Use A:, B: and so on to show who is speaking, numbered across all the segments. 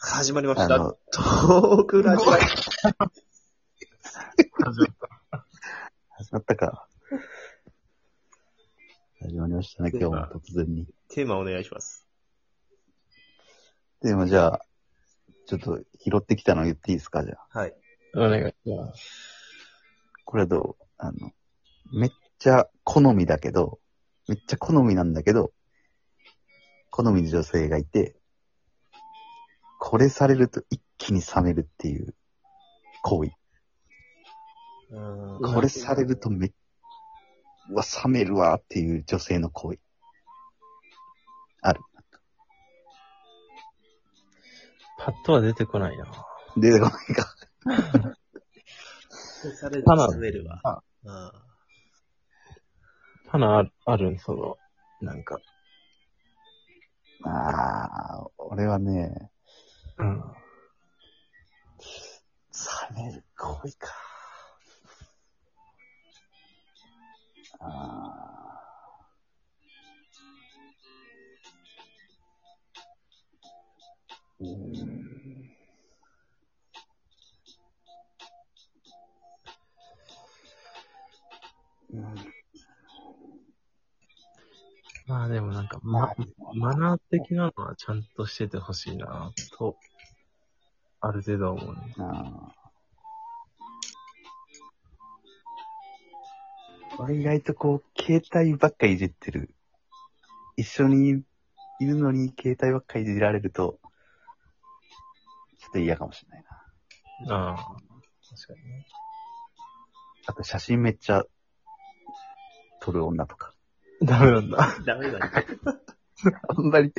A: 始まりまし
B: あ
A: た。
B: の、
A: トークラジオ。
B: 始まったか。始まりましたね、今日も突然に。
A: テーマお願いします。
B: でもじゃあ、ちょっと拾ってきたの言っていいですか、じゃあ。
A: はい。
C: お願いします。
B: これどうあの、めっちゃ好みだけど、めっちゃ好みなんだけど、好みの女性がいて、これされると一気に冷めるっていう行為。
A: うん
B: これされるとめっ、うわ、冷めるわっていう女性の行為。
C: パッとは出てこないな。
B: 出てこないか。
A: これされる
C: パナ
A: と冷めるわ。
C: あ
A: あ
C: パナある、あるんその、なんか。
B: ああ、俺はね、
C: うん。
B: 冷める行為か。あーうーんうん
C: まあでもなんか、ま、マナー的なのはちゃんとしててほしいな、と、ある程度は思うね。
B: あー俺意外とこう、携帯ばっかいじってる。一緒にいるのに携帯ばっかいじられると、ちょっと嫌かもしれないな。
C: ああ。確かにね。
B: あと写真めっちゃ撮る女とか。
C: ダメなんだ。
A: あ。 ダメだね。
B: あんまり、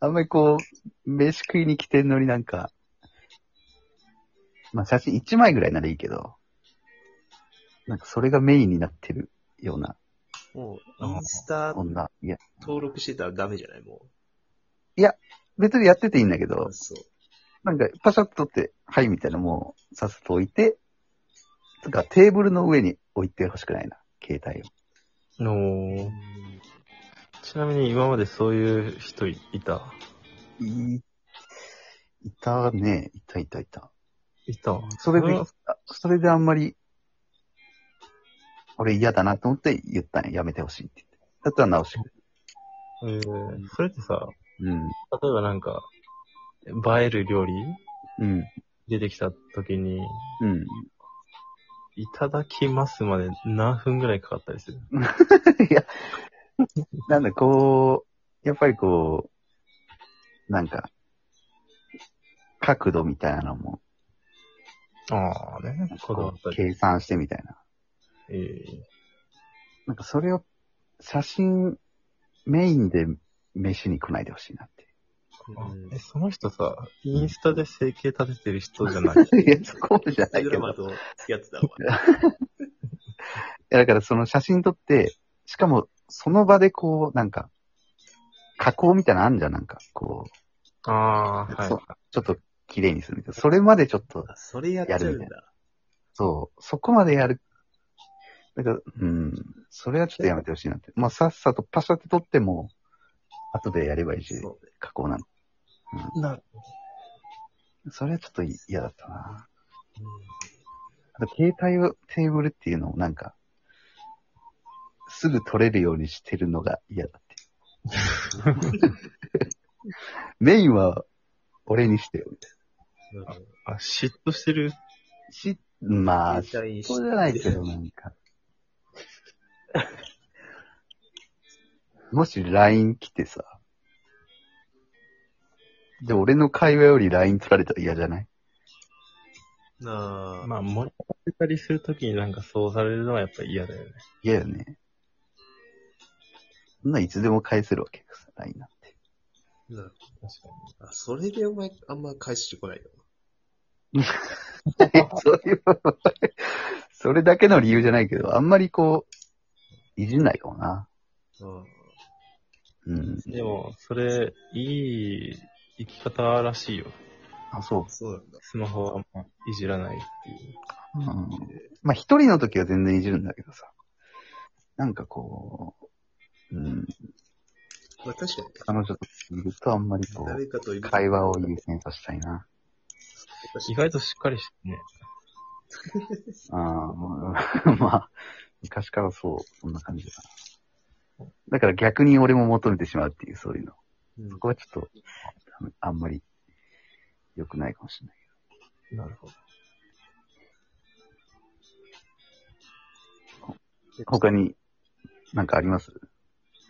B: あんまりこう、飯食いに来てんのになんか、まあ写真1枚ぐらいならいいけど、なんかそれがメインになってるような
A: もう、インスタ
B: 女。いや、
A: 登録してたらダメじゃないも
B: 別にやってていいんだけど
A: う。、そう。
B: なんか、パシャッと取って、はい、みたいなもう、さっさと置いて、とか、テーブルの上に置いてほしくないな、携帯を。
C: の
A: う
C: ー
A: ん
C: ちなみに今までそういう人いた
B: いいたね、いたいたいた。
C: いた
B: それで
C: は、
B: それであんまり、俺嫌だなと思って言ったんや、やめてほしいって言って。だったら直してく
C: えー、それってさ、
B: れる。
C: 例えばなんか、映える料理
B: うん。
C: 出てきた時に、
B: うん。うん。
C: いただきますまで何分ぐらいかかったりする
B: いや、なんだ、こう、やっぱりこう、なんか、角度みたいなのも、
C: ああね、こだわ
B: こ
C: った
B: う
C: り。
B: 計算してみたいな。
C: ええ
B: なんかそれを、写真メインで飯に来ないでほしいなっ
A: うん
C: え、その人さ、インスタで整形立ててる人じゃ ない。
B: て。いや、そこまでじゃ
A: インス
B: な
A: タ
B: い
A: グ
B: け
A: ラ
B: ど。
A: マーと
B: い
A: 付き合ってたわ。
B: や、だからその写真撮って、しかもその場でこう、なんか、加工みたいなのあんじゃん、なんか、こう、
C: ああ、
B: そう
C: は
B: ちょっと綺麗にするみたいな。それまでちょっと、
A: あそれやっちゃうんだ。
B: そう、そこまでやる。だから、うん、それはちょっとやめてほしいなって。まあ、さっさとパシャって撮っても、後でやればいいし、
A: そうね
B: 加工なんて。
C: い。な、
B: それはちょっと嫌だったな。
A: うん
B: あと、携帯をテーブルっていうのをなんか、すぐ取れるようにしてるのが嫌だって。 メインは俺にしてよ。
C: あ、嫉妬してる。
B: し、まあ、そ
A: 携帯
B: うじゃないけど、なんか。 もし LINE 来てさ、で、俺の会話より LINE 取られたら嫌じゃない
A: なあ。
C: まあ、盛り上がってたりするときになんかそうされるのはやっぱ嫌だよね。
B: 嫌よね。そんなんいつでも返せるわけださ、LINE なんて。
A: な
C: 確か
A: あそれでお前、あんま返してこないよ。
B: そういう、それだけの理由じゃないけど、あんまりこう、いじんないかもな。
A: うん
B: うん。
C: に。でも、それ、いい生き方らしいよ。
B: あ、そう。
A: そうなんだ。
C: スマホはあんまいじらないっていう。
B: うん、まあ、一人の時は全然いじるんだけどさ。なんかこう、うん、
A: まあ確かにね。
B: 彼女といるとあんまりこう、
A: 誰かといる
B: 会話を優先させたいな。
A: 私
C: 意外としっかりしてるね。
B: ああ、まあ まあ、昔からそう、そんな感じだな。だから逆に俺も求めてしまうっていう、そういうの。
A: うん
B: そこはちょっと、あんまり良くないかもしれない。
C: なるほど。
B: 他に、なんかあります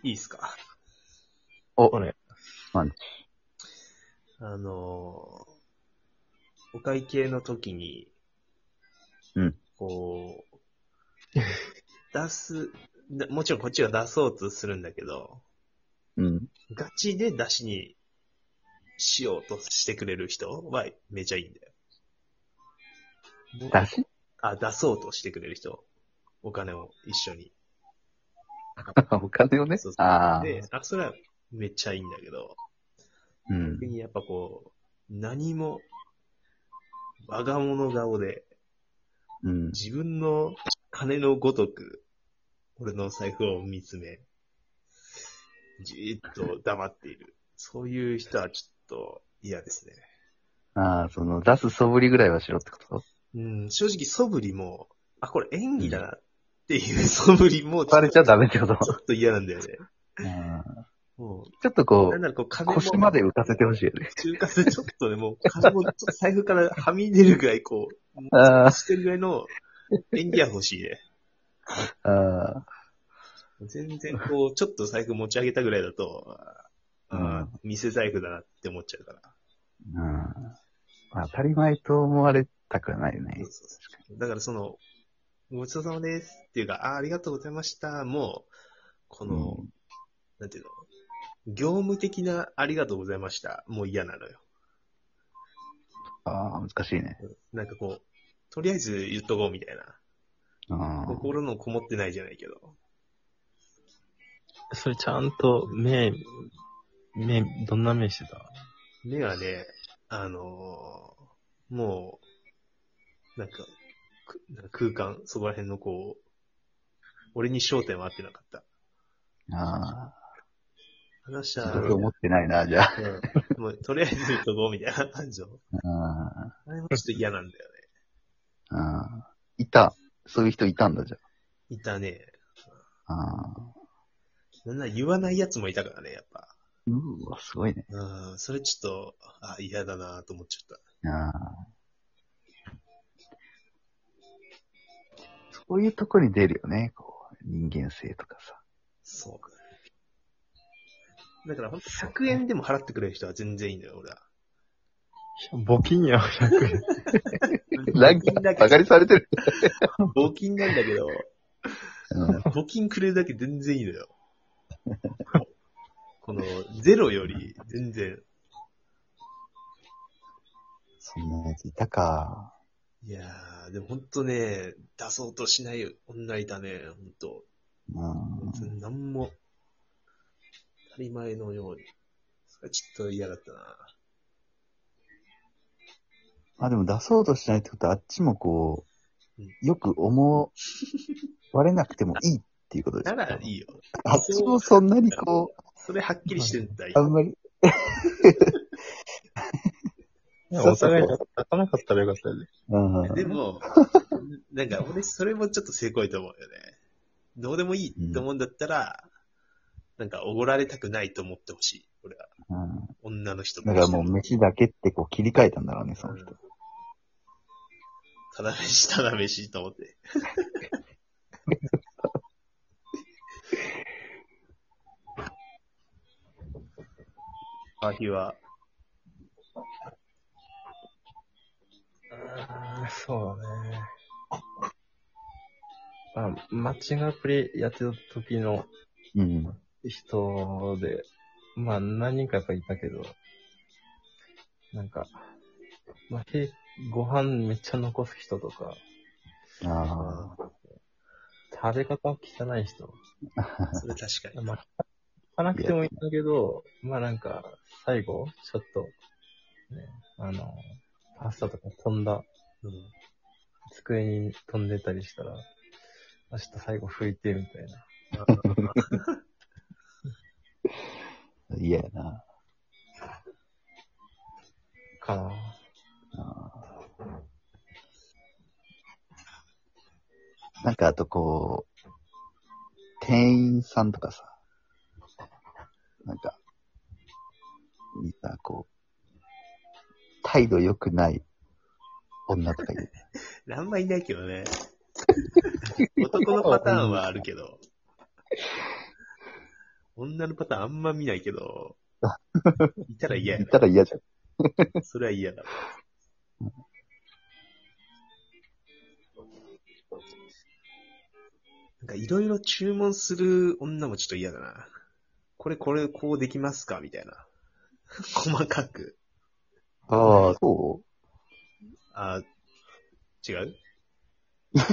A: いいっすか
B: お、
C: これ。
A: あのーお会計の時に、
B: うん
A: こう、出す、なもちろんこっちが出そうとするんだけど、
B: うん。
A: ガチで出しにしようとしてくれる人はめちゃいいんだよ。
B: だし
A: あ、出そうとしてくれる人。お金を一緒に。
B: お金をね
A: そう。そう
B: ああ。
A: で、あ、それはめっちゃいいんだけど、
B: うん
A: 逆。にやっぱこう、何も、我が物顔で、
B: うん。
A: 自分の金のごとく、俺の財布を見つめ、じーっと黙っている。そういう人はちょっと嫌ですね。
B: ああ、その、出す素振りぐらいはしろってこと
A: うん、正直素振りも、あ、これ演技だなっていう素振りも、
B: バレちゃダメってこと
A: ちょっと嫌なんだよね。
B: うん
A: も
B: ちょっと
A: う、
B: こ
A: なん
B: う、
A: ならこう金も
B: 腰まで浮かせてほしいよね。
A: 中華でちょっとね、もう金もちょっと財布からはみ出るぐらいこ
B: あ
A: う、してるぐらいの演技は欲しいね。
B: あ、ああ、
A: 全然こう、ちょっと財布持ち上げたぐらいだと、
B: う
A: あ
B: ん
A: あー、偽財布だなって思っちゃうから。
B: うんまあ。当たり前と思われたくはないよね
A: そう。そうそうだからその、ごちそうさまですっていうか、あーありがとうございました。もう、こ
B: う
A: の、
B: ん
A: なんていうの、業務的なありがとうございました。もう嫌なのよ。
B: ああ、難しいね。
A: なんかこう、とりあえず言っとこうみたいな。
B: ああ
A: 心のこもってないじゃないけど。
C: それちゃんと目、目、どんな目してた
A: 目はね、あのーもう、なんか、くなんか空間、そこら辺のこう、俺に焦点は合ってなかった。
B: あ
A: 話し
B: あ、
A: た
B: ちょっと思ってないな、じゃあ。
A: うんもうとりあえず言っとこうみたいな感じの。
B: あ
A: あれもちょっと嫌なんだよね。
B: あ、ああいた。そういう人いたんだ、じゃ
A: いたね。
B: あ。ああ。
A: なんなら言わないやつもいたからね、やっぱ。
B: うわ、すごいね。
A: うん、それちょっと、あ、嫌だなと思っちゃっ
B: あーそういうとこに出るよね、こう、人間性とかさ。
A: た。そう。だからほんと100円でも払ってくれる人は全然いいんだよ、俺は。
C: 募金や、100円。
B: なんか、
A: だ
B: バ
A: け
B: カにされてる。
A: ど、募金なんだけど、
B: うん、
A: 募金くれるだけ全然いいのよ。 この、ゼロより全然。
B: そんなやついたか。
A: いやー、でもほんとね、出そうとしない女いたね、ほんと。
B: うん、
A: 別に何も、当たり前のように。それはちょっと嫌だったな。
B: まあでも出そうとしないってことは、あっちもこ
A: うん
B: う、よく思われなくてもいいっていうことです
A: な
B: よ
A: らいいよ。
B: あっちもそんなにこう、
A: それはっきりしてんだ
B: あ
A: よ。
B: んまり、
C: いやお互い出さなかったらよかったよね。
B: うん、
A: でも、なんか俺、それもちょっとせこいと思うよね。どうでもいいと思うんだったら、なんかおごられたくないと思ってほしい。俺は。
B: うん。
A: 女の人
B: だからもう飯だけってこう切り替えたんだろうね、その人。
A: ただ飯、ただ飯と思って。あ日は、
C: ああ、そうだね。まあ、マッチングアプリやってた時の
B: うん。
C: 人で、まあ何人かやっぱいたけど、なんか、まあ、へご飯めっちゃ残す人とか、
B: あ
C: 食べ方汚い人。
A: それ確かに。
C: まあ、書かなくてもいいんだけど、まあなんか、最後、ちょっと、ね、あの、パスタとか飛んだ、
A: うん
C: 机に飛んでたりしたら、まあ、ちょっと最後拭いて、みたいな。
B: あ、嫌やな。
C: かな
B: ああなんかあとこう、店員さんとかさ、なんか、みんなこう、態度良くない女とかいる。
A: あんまいないけどね。男のパターンはあるけど。女のパターンあんま見ないけ ど。いたら嫌や
B: い
A: な。
B: たら嫌じゃん。
A: それは嫌だ。なんかいろいろ注文する女もちょっと嫌だな。これこれこうできますかみたいな。 細かく。
B: ああ、そ
A: あ、違う
B: う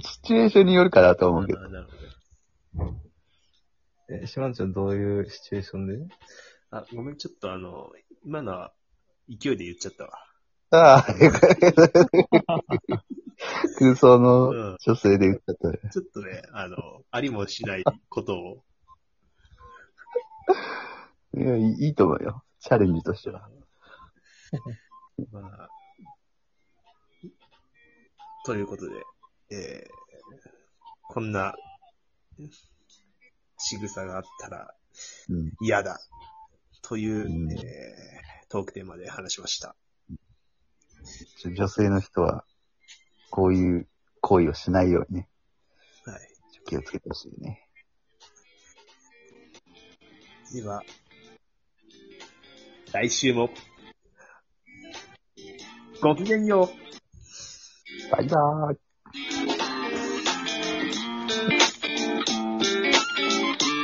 B: シチュエーションによるかなと思うけど。
A: あなるほど
C: え、シマンちゃんどういうシチュエーションで
A: あ、ごめん、ちょっとあの、今のは勢いで言っちゃったわ。
B: ああ、空想の
A: うん。
B: 女性で言っちゃったね。
A: ちょっとね、あの、ありもしないことを。
B: いや、いいいいと思うよ。チャレンジとしては。
A: まあ、ということで、えー、こんな仕草があったら
B: うん。
A: 嫌だという、
B: うん
A: えートークテーマで話しました。
B: 女性の人は、こういう行為をしないようにね、
A: はい。
B: 気をつけてほしいね。
A: では、来週も、ごきげんよう。
B: バイバーイ。